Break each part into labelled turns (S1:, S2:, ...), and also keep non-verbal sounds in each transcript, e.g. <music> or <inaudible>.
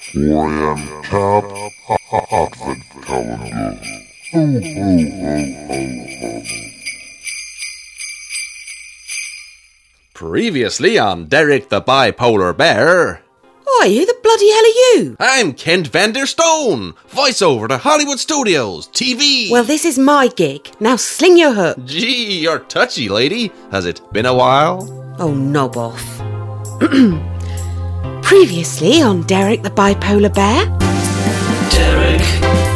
S1: For I am Cap Advent Calendar. Ho, ho, ho, ho, ho.
S2: Previously on Derek the Bipolar Bear,
S3: Oi, who the bloody hell are you?
S2: I'm Kent Vanderstone, voiceover to Hollywood Studios, TV.
S3: Well, this is my gig. Now sling your hook.
S2: gee, you're touchy, lady. Has it been a while?
S3: Oh, knob off. <clears throat> Previously on Derek the Bipolar Bear.
S4: Derek,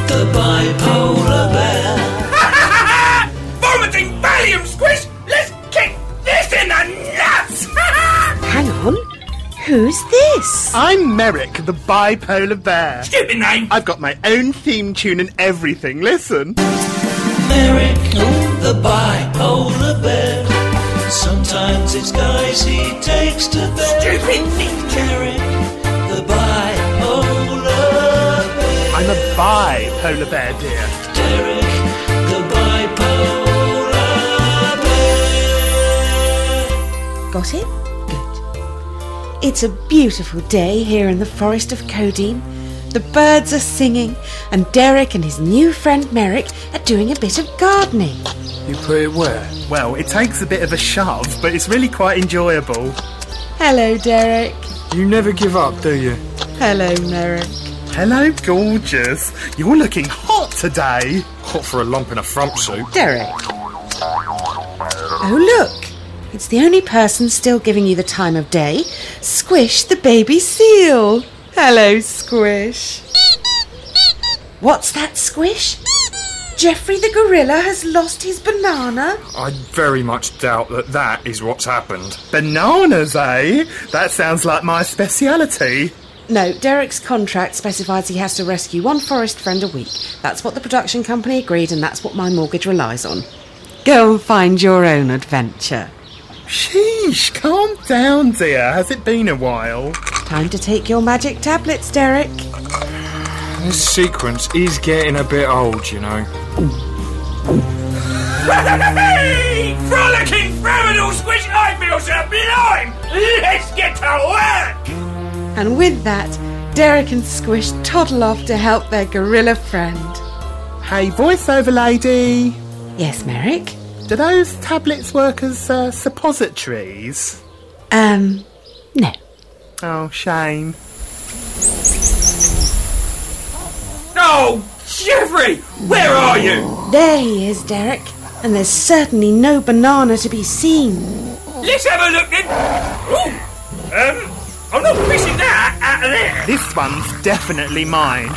S4: the bipolar bear.
S5: Vomiting Valium Squish! Let's kick this in the nuts!
S3: Hang on. Who's this?
S6: I'm Merrick, the bipolar bear.
S5: Stupid name!
S6: I've got my own theme tune and everything. Listen.
S4: Derek, the bipolar bear. Sometimes it's guys he takes to bed.
S5: Stupid thing.
S4: Derek, the bipolar bear.
S6: I'm a bipolar bear, dear.
S4: Derek, the bipolar bear.
S3: Got it? Good. It's a beautiful day here in the forest of Codeine. The birds are singing, and Derek and his new friend Merrick are doing a bit of gardening.
S6: You put it where? Well, it takes a bit of a shove, but it's really quite enjoyable.
S3: Hello, Derek.
S6: You never give up, do you?
S3: Hello, Merrick.
S6: Hello, gorgeous. You're looking hot today.
S7: Hot for a lump in a frump soup.
S3: Derek. Oh, look. It's the only person still giving you the time of day. Squish the baby seal. Hello, Squish. What's that, Squish? Jeffrey the gorilla has lost his banana?
S7: I very much doubt that that is what's happened.
S6: Bananas, eh? That sounds like my speciality.
S3: No, Derek's contract specifies he has to rescue one forest friend a week. That's what the production company agreed, and that's what my mortgage relies on. Go and find your own adventure.
S6: Sheesh, calm down, dear. Has it been a while?
S3: Time to take your magic tablets, Derek.
S7: This sequence is getting a bit old, you know.
S5: Frolicking criminal Squish! I feel sublime! Let's get to work!
S3: And with that, Derek and Squish toddle off to help their gorilla friend.
S6: Hey, voiceover lady.
S3: Yes, Merrick?
S6: Do those tablets work as uh, suppositories?
S3: Um, no.
S6: Oh, shame.
S5: No! Jeffrey! Where are you?
S3: There he is, Derek. And there's certainly no banana to be seen.
S5: Let's have a look then! Ooh! Um, I'm not fishing that out of there!
S6: This one's definitely mine.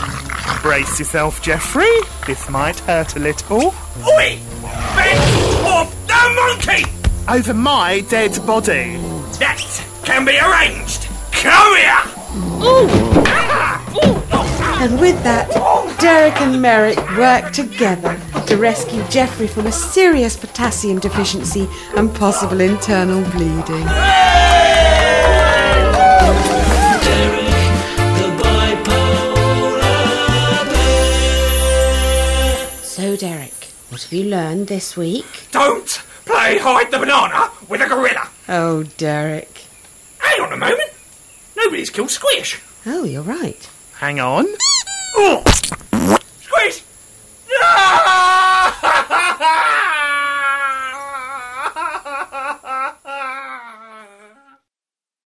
S6: Brace yourself, Jeffrey. This might hurt a little.
S5: Oi! Back off the monkey!
S6: Over my dead body.
S5: That can be arranged! Come here! Ooh! Ah! Ooh! Oh!
S3: And with that, Derek and Merrick work together to rescue Jeffrey from a serious potassium deficiency and possible internal bleeding.
S4: Derek, the bipolar bear.
S3: So, Derek, what have you learned this week?
S5: Don't play hide the banana with a gorilla!
S3: Oh, Derek.
S5: Hang on a moment. Nobody's killed Squish.
S3: Oh, you're right.
S6: Hang on.
S5: Oh, <laughs>